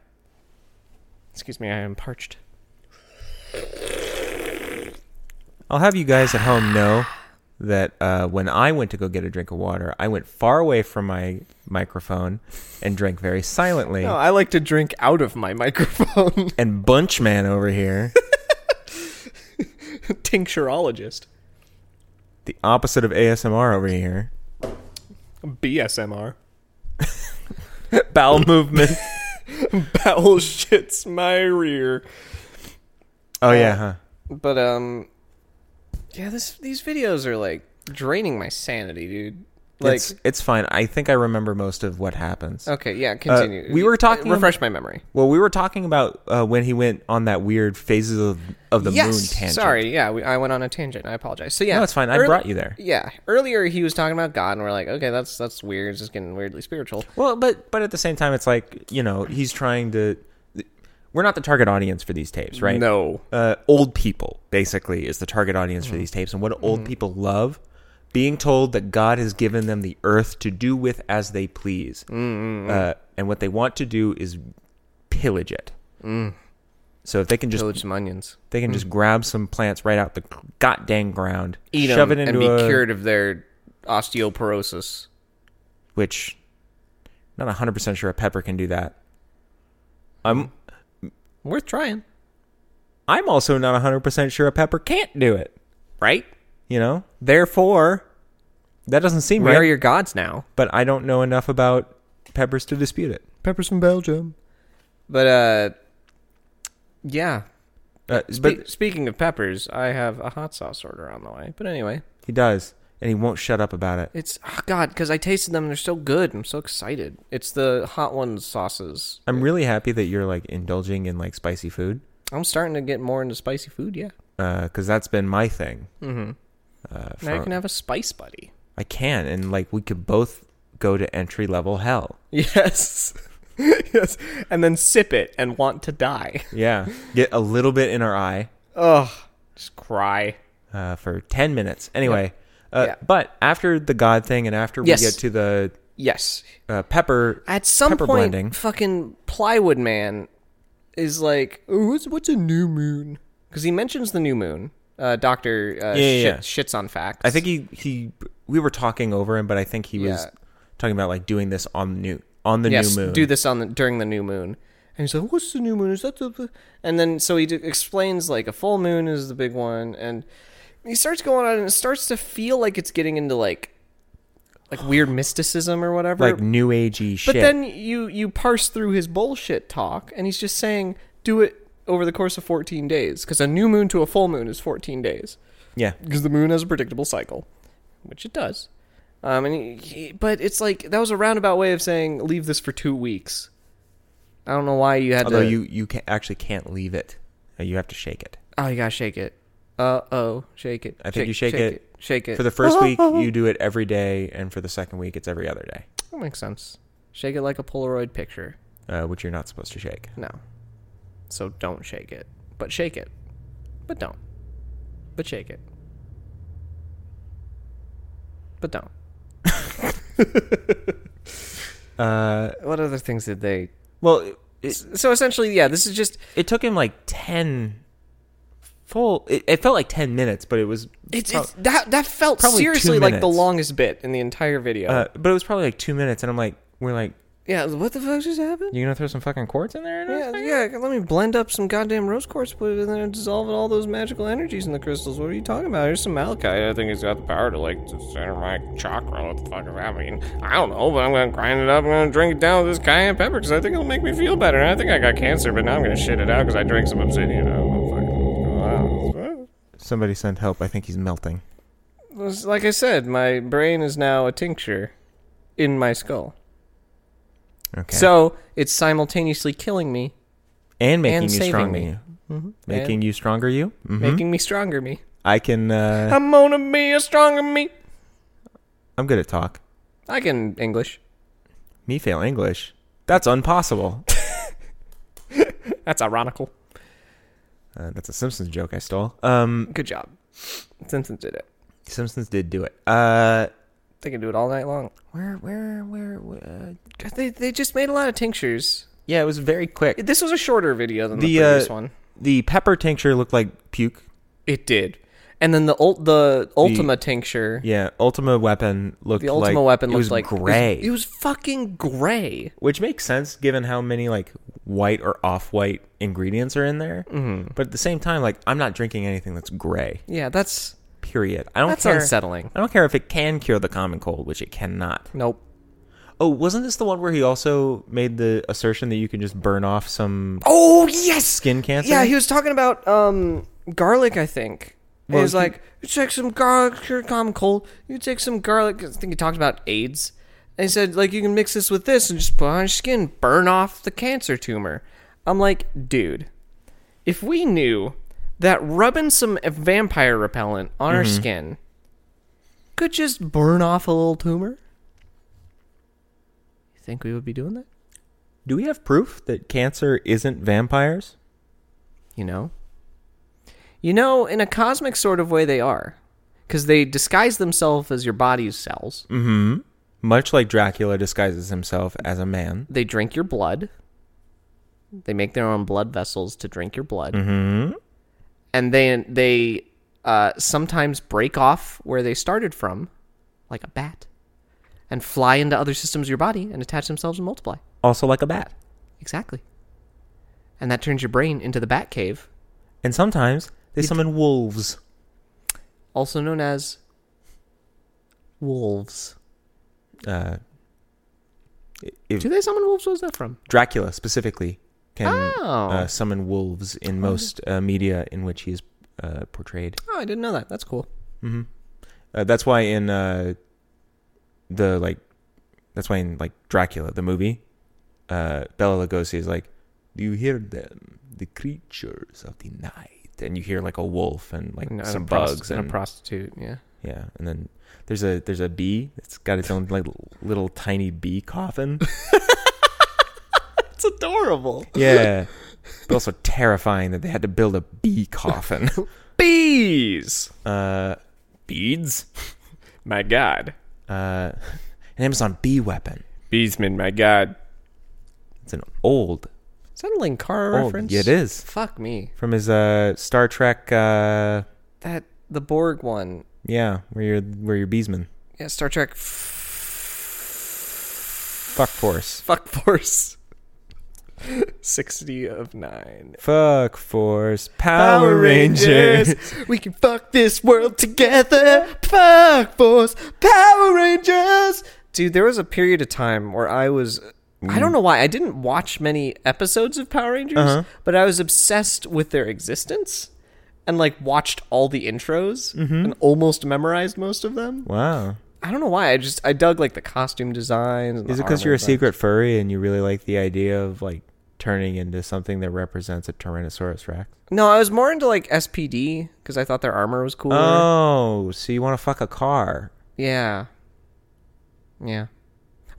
Speaker 3: Excuse me, I am parched.
Speaker 2: I'll have you guys at home know that uh, when I went to go get a drink of water, I went far away from my microphone and drank very silently.
Speaker 3: No, I like to drink out of my microphone.
Speaker 2: and Bunchman over here,
Speaker 3: Tincturologist.
Speaker 2: the opposite of ASMR over here,
Speaker 3: BSMR.
Speaker 2: bowel movement.
Speaker 3: Bowel shits my rear.
Speaker 2: Oh yeah, huh?
Speaker 3: But um, yeah, this these videos are like draining my sanity, dude. Like,
Speaker 2: it's, it's fine. I think I remember most of what happens.
Speaker 3: okay, yeah, continue.
Speaker 2: Uh, we were talking-
Speaker 3: Refresh my memory.
Speaker 2: Well, we were talking about uh, when he went on that weird phases of, of the moon tangent.
Speaker 3: Sorry, yeah, we, I went on a tangent. I apologize. So yeah,
Speaker 2: No, it's fine. I
Speaker 3: earl-
Speaker 2: brought you there.
Speaker 3: Yeah, earlier he was talking about God, and we're like, okay, that's that's weird. It's just getting weirdly spiritual.
Speaker 2: Well, but but at the same time, it's like you know he's trying to. We're not the target audience for these tapes, right?
Speaker 3: No.
Speaker 2: Uh, old people basically is the target audience
Speaker 3: Mm.
Speaker 2: for these tapes, and what do old people love. Being told that God has given them the earth to do with as they please,
Speaker 3: Mm,
Speaker 2: uh, and what they want to do is pillage it.
Speaker 3: Mm.
Speaker 2: So if they can just
Speaker 3: Village some onions.
Speaker 2: They can just grab some plants right out the goddamn ground,
Speaker 3: Mm. Eat
Speaker 2: shove
Speaker 3: them
Speaker 2: it
Speaker 3: and
Speaker 2: into
Speaker 3: be
Speaker 2: a
Speaker 3: cured of their osteoporosis.
Speaker 2: which not hundred percent sure a pepper can do that. I'm
Speaker 3: Worth trying,
Speaker 2: I'm also not hundred percent sure a pepper can't do it.
Speaker 3: right?
Speaker 2: You know, therefore, that doesn't seem
Speaker 3: Where
Speaker 2: right.
Speaker 3: are your gods now?
Speaker 2: but I don't know enough about peppers to dispute it.
Speaker 3: Peppers from Belgium. But uh, yeah.
Speaker 2: Uh,
Speaker 3: Spe-
Speaker 2: but
Speaker 3: speaking of peppers, I have a hot sauce order on the way. But anyway,
Speaker 2: he does, and he won't shut up about it.
Speaker 3: it's oh God because I tasted them. and They're so good. I'm so excited. It's the hot ones sauces.
Speaker 2: I'm really happy that you're like indulging in like spicy food.
Speaker 3: I'm starting to get more into spicy food. Yeah.
Speaker 2: because that's been my thing.
Speaker 3: Now you can have a spice buddy.
Speaker 2: I can, and like we could both go to entry level hell.
Speaker 3: Yes. yes. And then sip it and want to die.
Speaker 2: Yeah. Get a little bit in our eye
Speaker 3: Ugh. Just cry.
Speaker 2: uh, for 10 minutes. Anyway, uh,
Speaker 3: Yeah.
Speaker 2: but after the God thing and after
Speaker 3: Yes.
Speaker 2: we get to the
Speaker 3: Yes.
Speaker 2: uh, pepper
Speaker 3: At some
Speaker 2: pepper
Speaker 3: point,
Speaker 2: blending,
Speaker 3: fucking plywood man is like, oh, what's what's a new moon? Because he mentions the new moon. Uh, Doctor uh,
Speaker 2: yeah, yeah.
Speaker 3: shit, shits on facts.
Speaker 2: I think he, he we were talking over him, but I think he was
Speaker 3: Yeah.
Speaker 2: talking about like doing this on the new on the
Speaker 3: yes,
Speaker 2: new moon.
Speaker 3: do this on the, during the new moon. And he's like, "What's the new moon? Is that the?" the-" And then so he d- explains like a full moon is the big one, and he starts going on, and it starts to feel like it's getting into like like weird mysticism or whatever.
Speaker 2: like new agey shit.
Speaker 3: but then you you parse through his bullshit talk, and he's just saying, "Do it over the course of 14 days, because a new moon to a full moon is 14 days."
Speaker 2: yeah.
Speaker 3: because the moon has a predictable cycle, which it does. Um, and he, he- but it's like that was a roundabout way of saying leave this for two weeks. I don't know why you had
Speaker 2: Although
Speaker 3: to.
Speaker 2: you you can, actually can't leave it. Uh, You have to shake it.
Speaker 3: oh, you gotta shake it. Uh oh, shake it.
Speaker 2: I think you shake, it,
Speaker 3: Shake it.
Speaker 2: For the first week, you do it every day, and for the second week, it's every other day,
Speaker 3: that makes sense. Shake it like a Polaroid picture.
Speaker 2: uh, which you're not supposed to shake.
Speaker 3: No, so don't shake it, but shake it, but don't, but shake it, but don't.
Speaker 2: Uh,
Speaker 3: What other things did they?
Speaker 2: well, it- it,
Speaker 3: So essentially, yeah, this is just
Speaker 2: it took him like 10 full it, it felt like 10 minutes but it was
Speaker 3: It's,
Speaker 2: prob-
Speaker 3: it's that that felt
Speaker 2: probably two
Speaker 3: seriously like the
Speaker 2: minutes.
Speaker 3: longest bit in the entire video.
Speaker 2: uh, but it was probably like 2 minutes and i'm like we're like
Speaker 3: yeah, what the fuck just happened?
Speaker 2: you gonna throw some fucking quartz in there
Speaker 3: Yeah, yeah. Let me blend up some goddamn rose quartz, put it in there, and dissolve all those magical energies in the crystals. What are you talking about? Here's some malachite. I think it's got the power to like to center my chakra. What the fuck does that mean? I don't know, but I'm gonna grind it up. I'm gonna drink it down with this cayenne pepper because I think it'll make me feel better. And I think I got cancer, but now I'm gonna shit it out because I drank some obsidian. I don't know what the fuck is going on.
Speaker 2: somebody send help i think he's melting
Speaker 3: was- like I said, my brain is now a tincture in my skull.
Speaker 2: okay
Speaker 3: So it's simultaneously killing me,
Speaker 2: and making
Speaker 3: and
Speaker 2: you
Speaker 3: saving
Speaker 2: stronger
Speaker 3: me. Mm-hmm.
Speaker 2: you making you stronger you mm.
Speaker 3: making me stronger me.
Speaker 2: i can uh,
Speaker 3: I'm gonna be a stronger me.
Speaker 2: i'm good at talk
Speaker 3: I can English.
Speaker 2: me fail english that's impossible
Speaker 3: That's ironical.
Speaker 2: uh, that's a simpsons joke i stole um
Speaker 3: Good job. Simpsons did it.
Speaker 2: simpsons did do it uh
Speaker 3: They can do it all night long.
Speaker 2: where where where, where uh,
Speaker 3: God, They, they just made a lot of tinctures.
Speaker 2: yeah it was very quick
Speaker 3: This was a shorter video than the,
Speaker 2: the
Speaker 3: previous
Speaker 2: uh,
Speaker 3: one.
Speaker 2: the pepper tincture looked like puke.
Speaker 3: It did. and then the ult, the Ultima tincture,
Speaker 2: Yeah, Ultima weapon looked
Speaker 3: the
Speaker 2: like
Speaker 3: Ultima weapon
Speaker 2: it
Speaker 3: looked
Speaker 2: was
Speaker 3: like
Speaker 2: gray.
Speaker 3: It was, it was fucking gray.
Speaker 2: which makes sense given how many like white or off-white ingredients are in there. Mm-hmm. But at the same time, like I'm not drinking anything that's gray.
Speaker 3: Yeah, that's
Speaker 2: Period. I don't
Speaker 3: That's
Speaker 2: care.
Speaker 3: unsettling.
Speaker 2: I don't care if it can cure the common cold, which it cannot.
Speaker 3: nope.
Speaker 2: Oh, wasn't this the one where he also made the assertion that you can just burn off some?
Speaker 3: Oh yes,
Speaker 2: Skin cancer?
Speaker 3: Yeah, he was talking about um garlic. I think He was
Speaker 2: he-
Speaker 3: like, you take some garlic, cure common cold. You take some garlic. I think he talked about AIDS. And he said like you can mix this with this and just put on your skin, burn off the cancer tumor. I'm like, dude, if we knew that rubbing some vampire repellent on our skin could just burn off a little tumor, you think we would be doing that?
Speaker 2: Do we have proof that cancer isn't vampires?
Speaker 3: you know you know in a cosmic sort of way they are because they disguise themselves as your body's cells
Speaker 2: Much like Dracula disguises himself as a man.
Speaker 3: they drink your blood they make their own blood vessels to drink your blood mm-hmm. and then they uh, sometimes break off where they started from like a bat and fly into other systems of your body and attach themselves and multiply
Speaker 2: also like a bat.
Speaker 3: exactly and that turns your brain into the bat cave
Speaker 2: And sometimes they summon wolves.
Speaker 3: also known as wolves
Speaker 2: Uh,
Speaker 3: Do they summon wolves? Where's that from?
Speaker 2: Dracula specifically can
Speaker 3: Oh.
Speaker 2: uh, summon wolves in most uh, media in which he is uh, portrayed.
Speaker 3: Oh, I didn't know that. That's cool.
Speaker 2: Uh, that's why in uh, the like, that's why in like Dracula the movie, uh, Bela Lugosi is like, "Do you hear them? The creatures of the night." And you hear like a wolf and like some bugs and,
Speaker 3: prostitute. Yeah.
Speaker 2: yeah, and then there's a there's a bee. It's got its own like little tiny bee coffin.
Speaker 3: It's adorable.
Speaker 2: Yeah. but also terrifying that they had to build a bee coffin.
Speaker 3: Bees.
Speaker 2: uh, beads?
Speaker 3: My God.
Speaker 2: Uh, an Amazon bee weapon.
Speaker 3: Beesman. My God.
Speaker 2: It's an old,
Speaker 3: Is that a Linkara
Speaker 2: old.
Speaker 3: reference?
Speaker 2: Oh, Yeah, it is.
Speaker 3: Fuck me.
Speaker 2: From his uh, Star Trek, uh,
Speaker 3: That the Borg one.
Speaker 2: yeah, where you're, where you're beesman.
Speaker 3: Yeah, Star Trek.
Speaker 2: Fuck force.
Speaker 3: Fuck Force. Sixty of nine.
Speaker 2: Fuck force. Power, Rangers.
Speaker 3: We can fuck this world together. Fuck Force. Power Rangers. Dude, there was a period of time where I was. I don't know why. I didn't watch many episodes of Power Rangers, but I was obsessed with their existence and, like, watched all the intros and almost memorized most of them.
Speaker 2: Wow.
Speaker 3: I don't know why. I just. I dug, like, the costume designs. And
Speaker 2: Is
Speaker 3: the
Speaker 2: it because
Speaker 3: armor
Speaker 2: you're a
Speaker 3: designs.
Speaker 2: secret furry and you really like the idea of like turning into something that represents a Tyrannosaurus Rex?
Speaker 3: No, I was more into, like, SPD because I thought their armor was cooler.
Speaker 2: Oh, so you want to fuck a car?
Speaker 3: Yeah. Yeah.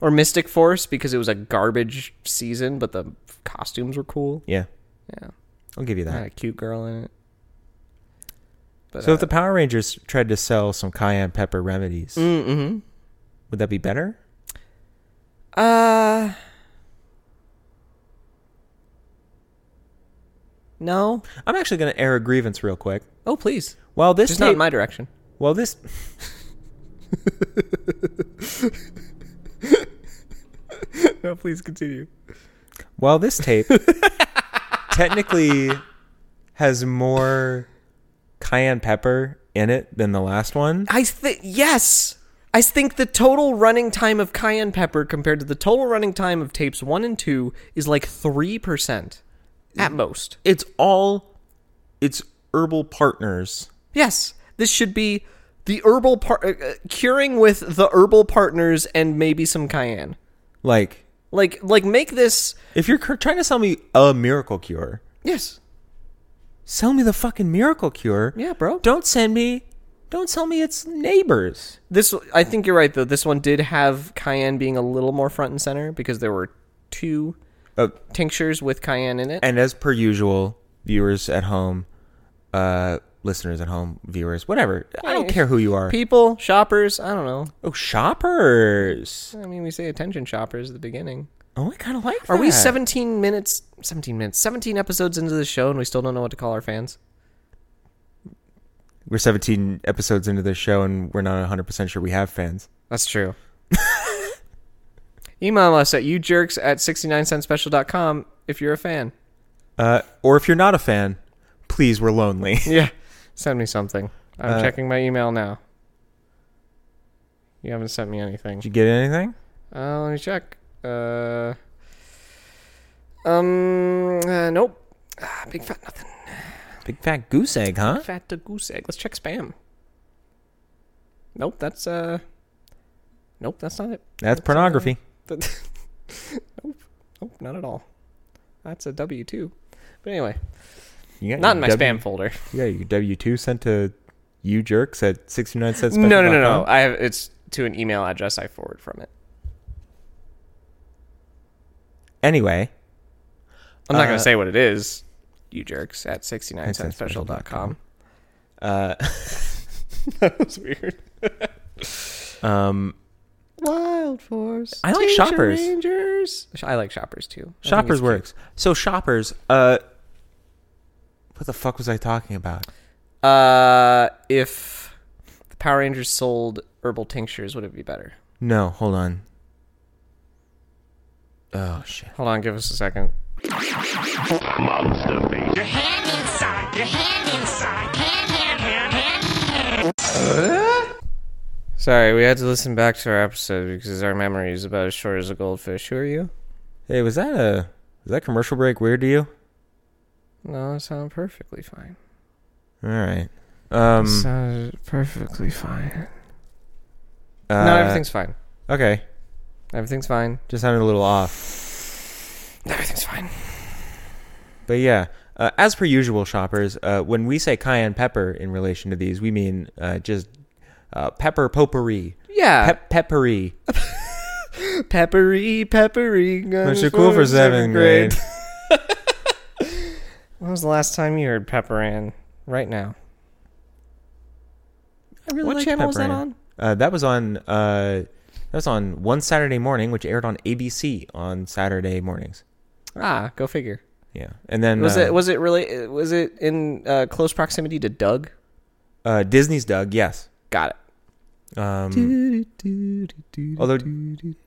Speaker 3: Or Mystic Force because it was a garbage season, but the costumes were cool.
Speaker 2: Yeah,
Speaker 3: Yeah.
Speaker 2: I'll give you that.
Speaker 3: Had a cute girl in it. But,
Speaker 2: So if the Power Rangers tried to sell some cayenne pepper remedies, would that be better?
Speaker 3: uh No.
Speaker 2: I'm actually going to air a grievance real quick.
Speaker 3: Oh please.
Speaker 2: While this
Speaker 3: Just not
Speaker 2: tape-
Speaker 3: in my direction.
Speaker 2: while this
Speaker 3: No, please continue.
Speaker 2: while this tape technically has more cayenne pepper in it than the last one,
Speaker 3: I think yes. I think the total running time of Cayenne Pepper compared to the total running time of tapes 1 and 2 is like 3% at most.
Speaker 2: it's all it's herbal partners.
Speaker 3: Yes, this should be the herbal part uh, curing with the herbal partners and maybe some cayenne.
Speaker 2: Like
Speaker 3: Like like make this
Speaker 2: if you're cur- trying to sell me a miracle cure,
Speaker 3: yes.
Speaker 2: sell me the fucking miracle cure.
Speaker 3: Yeah, bro.
Speaker 2: Don't send me. Don't sell me its neighbors.
Speaker 3: This I think you're right though. This one did have cayenne being a little more front and center because there were two
Speaker 2: Uh,
Speaker 3: tinctures with cayenne in it.
Speaker 2: and as per usual, viewers at home, uh, listeners at home, viewers, whatever. I don't
Speaker 3: Yeah.
Speaker 2: care who you are.
Speaker 3: People, shoppers, I don't know.
Speaker 2: oh, shoppers.
Speaker 3: I mean, we say attention shoppers at the beginning.
Speaker 2: Oh, I kind of like.
Speaker 3: Are we
Speaker 2: that.
Speaker 3: 17 minutes 17 minutes 17 episodes into the show and we still don't know what to call our fans?
Speaker 2: We're 17 episodes into this show, and we're not 100% sure we have fans.
Speaker 3: That's true. Email us at youjerks at 69centspecial.com if you're a fan.
Speaker 2: Uh, or if you're not a fan, please, we're lonely.
Speaker 3: Yeah. Send me something. I'm checking my email now. You haven't sent me anything.
Speaker 2: Did you get anything?
Speaker 3: Uh, let me check. Uh, um, uh, nope. Ah, big fat nothing.
Speaker 2: Big fat goose egg, huh?
Speaker 3: Fat the goose egg. Let's check spam. Nope, that's uh. Nope, that's not it.
Speaker 2: That's pornography.
Speaker 3: That- nope, nope, not at all. That's a W two. But anyway,
Speaker 2: You got
Speaker 3: not in
Speaker 2: your W-
Speaker 3: my spam folder.
Speaker 2: Yeah, your W two sent to you jerks at 69 cents.
Speaker 3: No, no, no, no. I have it's to an email address I forward from it.
Speaker 2: Anyway,
Speaker 3: I'm not
Speaker 2: Uh,
Speaker 3: gonna say what it is. You jerks at 69
Speaker 2: cent special dot
Speaker 3: com.
Speaker 2: com. uh,
Speaker 3: that was weird.
Speaker 2: um,
Speaker 3: Wild Force.
Speaker 2: I like
Speaker 3: Ninja
Speaker 2: shoppers.
Speaker 3: Rangers. I like shoppers too. I think it's
Speaker 2: shoppers
Speaker 3: cute.
Speaker 2: works. So shoppers, uh, what the fuck was I talking about?
Speaker 3: Uh, if the Power Rangers sold herbal tinctures, would it be better?
Speaker 2: No, hold on. Oh shit.
Speaker 3: Hold on, give us a second.
Speaker 9: Your hand inside, your hand inside, hand, hand, hand, hand.
Speaker 3: Sorry, we had to listen back to our episode because our memory is about as short as a goldfish. Who are you?
Speaker 2: Hey, was that a was that commercial break weird to you?
Speaker 3: No, it sounded perfectly fine.
Speaker 2: All right. Um.
Speaker 3: sounded perfectly fine.
Speaker 2: uh,
Speaker 3: no, everything's fine.
Speaker 2: okay.
Speaker 3: Everything's fine.
Speaker 2: Just sounded a little off,
Speaker 3: Everything's fine.
Speaker 2: but yeah. Uh, as per usual, shoppers. Uh, when we say cayenne pepper in relation to these, we mean uh, just uh, pepper potpourri.
Speaker 3: Yeah.
Speaker 2: Pep- peppery.
Speaker 3: peppery, peppery. Guns
Speaker 2: Which are cool for seventh grade.
Speaker 3: when was the last time you heard Pepper Ann? Right now.
Speaker 2: I really
Speaker 3: What
Speaker 2: liked
Speaker 3: channel was that
Speaker 2: Pepper Ann.
Speaker 3: on?
Speaker 2: Uh, that was on uh, that was on one Saturday morning, which aired on ABC on Saturday mornings.
Speaker 3: Ah, go figure.
Speaker 2: Yeah, and then
Speaker 3: Was
Speaker 2: uh,
Speaker 3: it was it really was it in uh, close proximity to Doug?
Speaker 2: uh, Disney's Doug? Yes.
Speaker 3: Got it.
Speaker 2: Um, although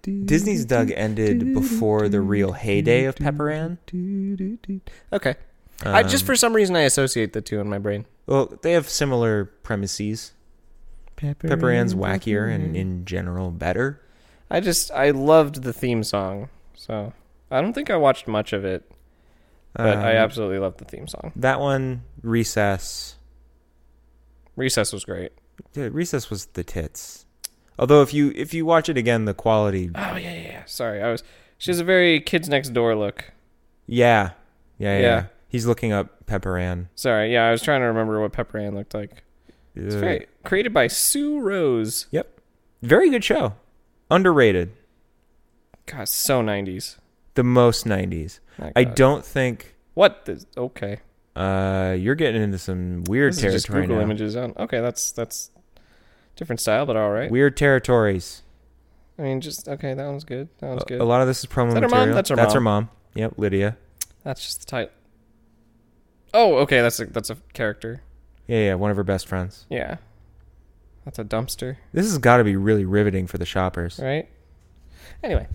Speaker 2: Disney's Doug ended before the real heyday of Pepper Ann.
Speaker 3: Okay. I
Speaker 2: Um,
Speaker 3: just for some reason I associate the two in my brain.
Speaker 2: Well, they have similar premises. Pepper, Ann's wackier and in general better.
Speaker 3: I just I loved the theme song. So, I don't think I watched much of it, but I
Speaker 2: Um,
Speaker 3: absolutely loved the theme song.
Speaker 2: that one Recess.
Speaker 3: Recess was great.
Speaker 2: Yeah, Recess was the tits. Although if you if you watch it again, the quality,
Speaker 3: Oh yeah, yeah, yeah. Sorry. I was she has a very kids next door look.
Speaker 2: yeah, yeah, yeah.
Speaker 3: Yeah.
Speaker 2: He's looking up Pepper Ann.
Speaker 3: Sorry. Yeah, I was trying to remember what Pepper Ann looked like. It's
Speaker 2: Uh,
Speaker 3: very created by Sue Rose.
Speaker 2: Yep, very good show. Underrated.
Speaker 3: God, so 90s.
Speaker 2: The most '90s.
Speaker 3: My
Speaker 2: I
Speaker 3: God.
Speaker 2: don't think
Speaker 3: What the okay.
Speaker 2: Uh, you're getting into some weird
Speaker 3: This is just
Speaker 2: territory
Speaker 3: Google
Speaker 2: now.
Speaker 3: images on. Okay, that's that's different style, but all right.
Speaker 2: Weird territories.
Speaker 3: I mean, just okay. That one's good. That one's good.
Speaker 2: A lot of this is promo
Speaker 3: Is that her mom?
Speaker 2: material.
Speaker 3: That's her mom.
Speaker 2: Yep, Lydia.
Speaker 3: That's just the title. Oh, okay. That's a that's a character.
Speaker 2: Yeah, yeah, one of her best friends.
Speaker 3: Yeah, that's a dumpster,
Speaker 2: This has got to be really riveting for the shoppers.
Speaker 3: right? Anyway,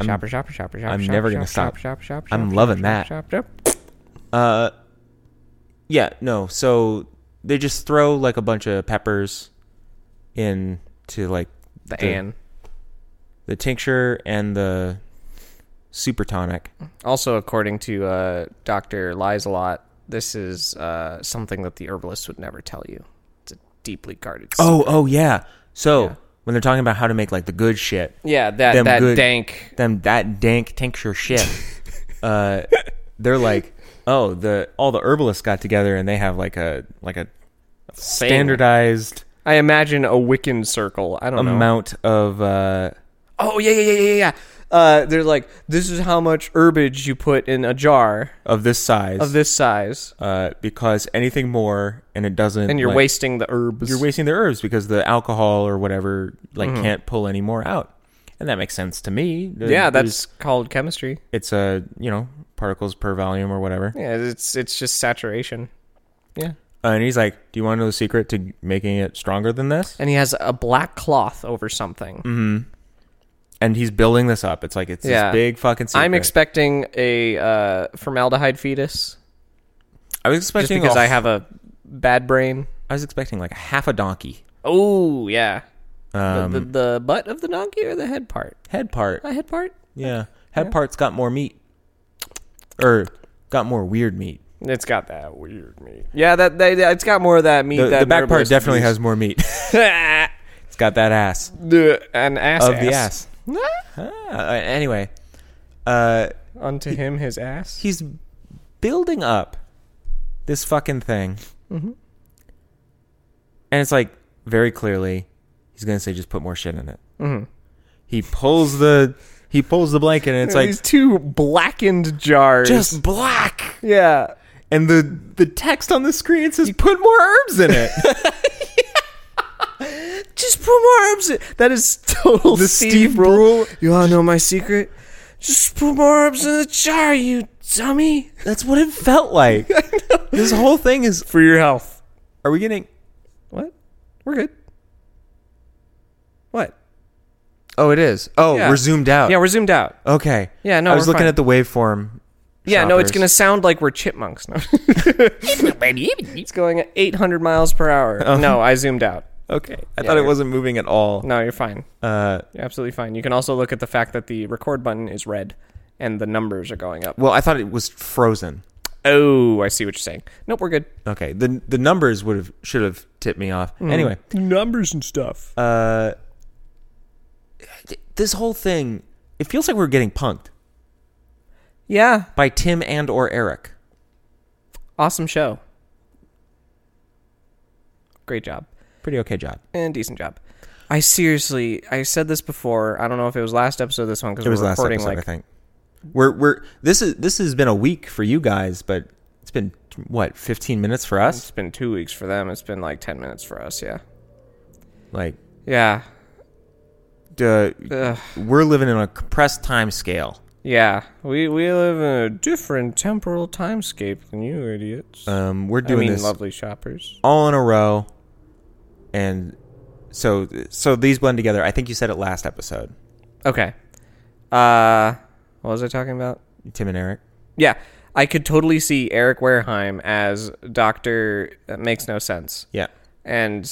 Speaker 2: I'm-
Speaker 3: shopper, shopper, shopper, shopper.
Speaker 2: I'm
Speaker 3: shopper,
Speaker 2: never gonna
Speaker 3: shopper,
Speaker 2: stop.
Speaker 3: Shop, shop, shop,
Speaker 2: I'm
Speaker 3: shop,
Speaker 2: loving
Speaker 3: shop,
Speaker 2: that.
Speaker 3: Shop, shop.
Speaker 2: Uh, yeah, no. So they just throw like a bunch of peppers in to like
Speaker 3: The,
Speaker 2: The-
Speaker 3: Anne.
Speaker 2: the tincture and the super tonic.
Speaker 3: Also, according to uh, Doctor Lies a lot, this is uh, something that the herbalist would never tell you. It's a deeply guarded.
Speaker 2: Oh, oh yeah. So
Speaker 3: Yeah.
Speaker 2: when they're talking about how to make like the good shit,
Speaker 3: yeah, that
Speaker 2: them
Speaker 3: that
Speaker 2: good-
Speaker 3: dank.
Speaker 2: them that dank tincture shit. uh, they're like, oh, the all the herbalists got together and they have like a like a standardized
Speaker 3: I imagine a Wiccan circle. I don't know.
Speaker 2: amount of uh,
Speaker 3: Oh yeah, yeah, yeah, yeah, yeah. Uh, they're like, this is how much herbage you put in a jar
Speaker 2: of this size
Speaker 3: of this size,
Speaker 2: uh, because anything more and it doesn't
Speaker 3: and you're
Speaker 2: like-
Speaker 3: wasting the herbs.
Speaker 2: you're wasting the herbs because the alcohol or whatever like
Speaker 3: Mm-hmm.
Speaker 2: can't pull any more out. And that makes sense to me. There-
Speaker 3: yeah,
Speaker 2: there's-
Speaker 3: that's called chemistry.
Speaker 2: it's a you know particles per volume or whatever.
Speaker 3: Yeah, it's it's just saturation. Yeah,
Speaker 2: Uh, and he's like, "Do you want to know the secret to making it stronger than this?"
Speaker 3: and he has a black cloth over something.
Speaker 2: And he's building this up. It's like it's
Speaker 3: Yeah.
Speaker 2: this big fucking secret.
Speaker 3: I'm expecting a uh, formaldehyde fetus
Speaker 2: I was
Speaker 3: just
Speaker 2: expecting
Speaker 3: because
Speaker 2: a-
Speaker 3: I have a bad brain.
Speaker 2: I was expecting like a half a donkey
Speaker 3: Oh yeah, The-
Speaker 2: um,
Speaker 3: the, the butt of the donkey or the head part?
Speaker 2: head part.
Speaker 3: The head part?
Speaker 2: Yeah, head part's got more meat, or got more weird meat.
Speaker 3: It's got that weird meat. Yeah, that they, that- it's got more of that meat.
Speaker 2: The,
Speaker 3: that
Speaker 2: the back part
Speaker 3: herbalist
Speaker 2: definitely
Speaker 3: used.
Speaker 2: has more meat. it's got that ass
Speaker 3: an ass
Speaker 2: of the ass.
Speaker 3: ass.
Speaker 2: Ah, anyway, uh,
Speaker 3: Unto him his ass.
Speaker 2: he's building up this fucking thing, Mm-hmm. and it's like very clearly he's gonna say just put more shit in it. He pulls the he pulls the blanket, and it's like
Speaker 3: These two blackened jars.
Speaker 2: just black.
Speaker 3: yeah.
Speaker 2: and the the text on the screen says put more herbs in it.
Speaker 3: Just put more herbs. In. That is total
Speaker 2: The
Speaker 3: Steve,
Speaker 2: Steve
Speaker 3: Brule.
Speaker 2: Brule-
Speaker 3: You all know my secret. Just put more herbs in the jar, you dummy.
Speaker 2: That's what it felt like. This whole thing is
Speaker 3: For your health.
Speaker 2: are we getting
Speaker 3: What? We're good. What?
Speaker 2: Oh, it is. Oh,
Speaker 3: Yeah.
Speaker 2: we're zoomed out.
Speaker 3: Yeah, we're zoomed out.
Speaker 2: okay.
Speaker 3: Yeah, no,
Speaker 2: I was
Speaker 3: we're
Speaker 2: looking
Speaker 3: fine.
Speaker 2: at the waveform.
Speaker 3: Yeah, no, it's
Speaker 2: Shoppers.
Speaker 3: gonna sound like we're chipmunks now. it's going at 800 miles per hour. No, I zoomed out.
Speaker 2: Okay. I
Speaker 3: Yeah,
Speaker 2: thought it
Speaker 3: you're-
Speaker 2: wasn't moving at all.
Speaker 3: No, you're fine.
Speaker 2: Uh
Speaker 3: You're absolutely fine. You can also look at the fact that the record button is red and the numbers are going up.
Speaker 2: well, I thought it was frozen.
Speaker 3: Oh, I see what you're saying. Nope, we're good.
Speaker 2: Okay. The the numbers would have should have tipped me off. Anyway,
Speaker 3: Numbers and stuff.
Speaker 2: uh th- this whole thing it feels like we're getting punked
Speaker 3: yeah,
Speaker 2: by Tim and or Eric.
Speaker 3: awesome show. Great job.
Speaker 2: Pretty okay job.
Speaker 3: and decent job. I seriously, I said this before. I don't know if it was last episode, or this one because
Speaker 2: It
Speaker 3: we're
Speaker 2: was last
Speaker 3: recording
Speaker 2: episode,
Speaker 3: like
Speaker 2: I think. We're we're this is this has been a week for you guys, but it's been what fifteen minutes for
Speaker 3: it's
Speaker 2: us.
Speaker 3: been two weeks for them. It's been like ten minutes for us. Yeah,
Speaker 2: Like,
Speaker 3: yeah,
Speaker 2: duh,
Speaker 3: Ugh.
Speaker 2: we're living in a compressed time scale.
Speaker 3: yeah. We we live in a different temporal timescape than you idiots.
Speaker 2: Um, we're
Speaker 3: I
Speaker 2: doing
Speaker 3: mean,
Speaker 2: this
Speaker 3: lovely shoppers.
Speaker 2: all in a row, and so so these blend together. I think you said it last episode,
Speaker 3: Okay. Uh, what was I talking about?
Speaker 2: Tim and Eric.
Speaker 3: Yeah, I could totally see Eric Wareheim as Doctor Makes No Sense,
Speaker 2: Yeah,
Speaker 3: and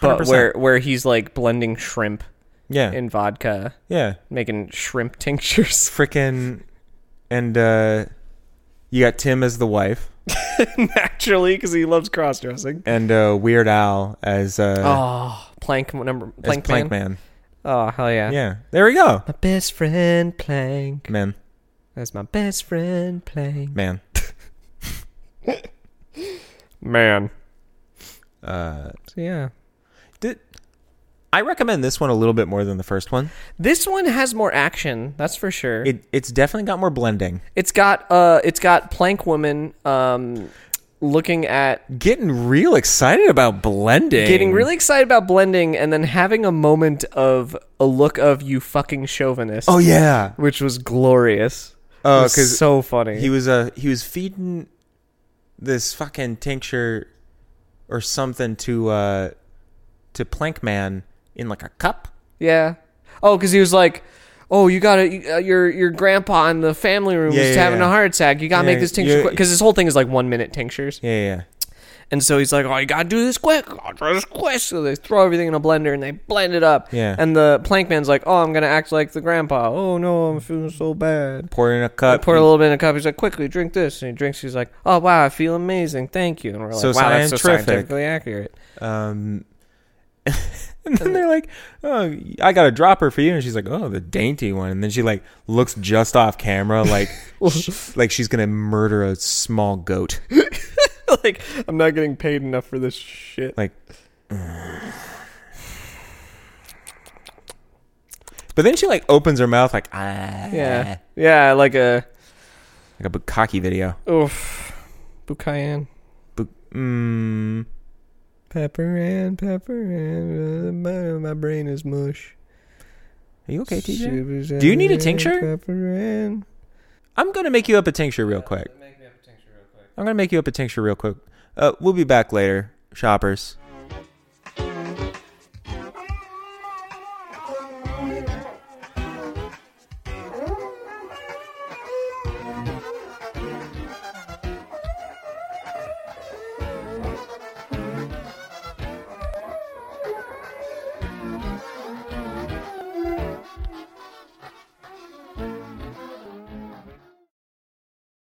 Speaker 3: but
Speaker 2: 100%.
Speaker 3: where where he's like blending shrimp
Speaker 2: yeah,
Speaker 3: in vodka.
Speaker 2: yeah.
Speaker 3: making shrimp tinctures.
Speaker 2: Frickin' and uh, you got Tim as the wife,
Speaker 3: Naturally, because he loves cross dressing.
Speaker 2: and uh, Weird Al as uh,
Speaker 3: Oh, plank number
Speaker 2: as
Speaker 3: plank, man.
Speaker 2: Man.
Speaker 3: Oh hell yeah.
Speaker 2: Yeah, there we go,
Speaker 3: My best friend plank.
Speaker 2: man.
Speaker 3: That's my best friend plank.
Speaker 2: man.
Speaker 3: Man.
Speaker 2: Uh,
Speaker 3: So yeah.
Speaker 2: did, I recommend this one a little bit more than the first one.
Speaker 3: This one has more action, that's for sure. It,
Speaker 2: It it's definitely got more blending,
Speaker 3: has got uh it's got plank woman um looking at
Speaker 2: getting real excited about blending,
Speaker 3: getting really excited about blending and then having a moment of a look of you fucking chauvinist.
Speaker 2: Oh yeah,
Speaker 3: Which was glorious.
Speaker 2: Oh,
Speaker 3: It was
Speaker 2: 'cause
Speaker 3: so funny.
Speaker 2: he was uh he was feeding this fucking tincture or something to uh to Plankman in like a cup.
Speaker 3: Yeah. Oh, because he was like, "Oh, you got to uh, your your grandpa in the family room
Speaker 2: Yeah,
Speaker 3: was
Speaker 2: yeah,
Speaker 3: having
Speaker 2: yeah.
Speaker 3: a heart attack. You got to
Speaker 2: Yeah,
Speaker 3: make this tincture
Speaker 2: you're-
Speaker 3: quick because this whole thing is like one minute tinctures."
Speaker 2: Yeah, yeah, yeah.
Speaker 3: And so he's like, "Oh, you got to do this quick. Gotta do this quick." So they throw everything in a blender and they blend it up.
Speaker 2: Yeah.
Speaker 3: And the plankman's like, "Oh, I'm gonna act like the grandpa. Oh no, I'm feeling so bad."
Speaker 2: Pour it in a
Speaker 3: I
Speaker 2: cup.
Speaker 3: pour a little bit in a cup. He's like, "Quickly, drink this." And he drinks. He's like, "Oh wow, I feel amazing. Thank you." And we're like,
Speaker 2: So
Speaker 3: "Wow, that's so
Speaker 2: scientific.
Speaker 3: scientifically accurate."
Speaker 2: um, and then they're like, "Oh, I got a dropper for you," and she's like, "Oh, the dainty one." And then she like looks just off camera, like sh- like she's gonna murder a small goat.
Speaker 3: like, I'm not getting paid enough for this shit.
Speaker 2: Like, but then she like opens her mouth like ah,
Speaker 3: Yeah. Yeah, like a
Speaker 2: like a bukkake video.
Speaker 3: Oof. Bukayan.
Speaker 2: Bu- mm,
Speaker 3: Pepper and pepper and uh, my, my brain is mush.
Speaker 2: are you okay, TJ? Do you need a tincture?
Speaker 3: Pepper and
Speaker 2: I'm gonna make you up a tincture real quick. I'm gonna make you up a tincture real quick. Uh, we'll be back later, shoppers.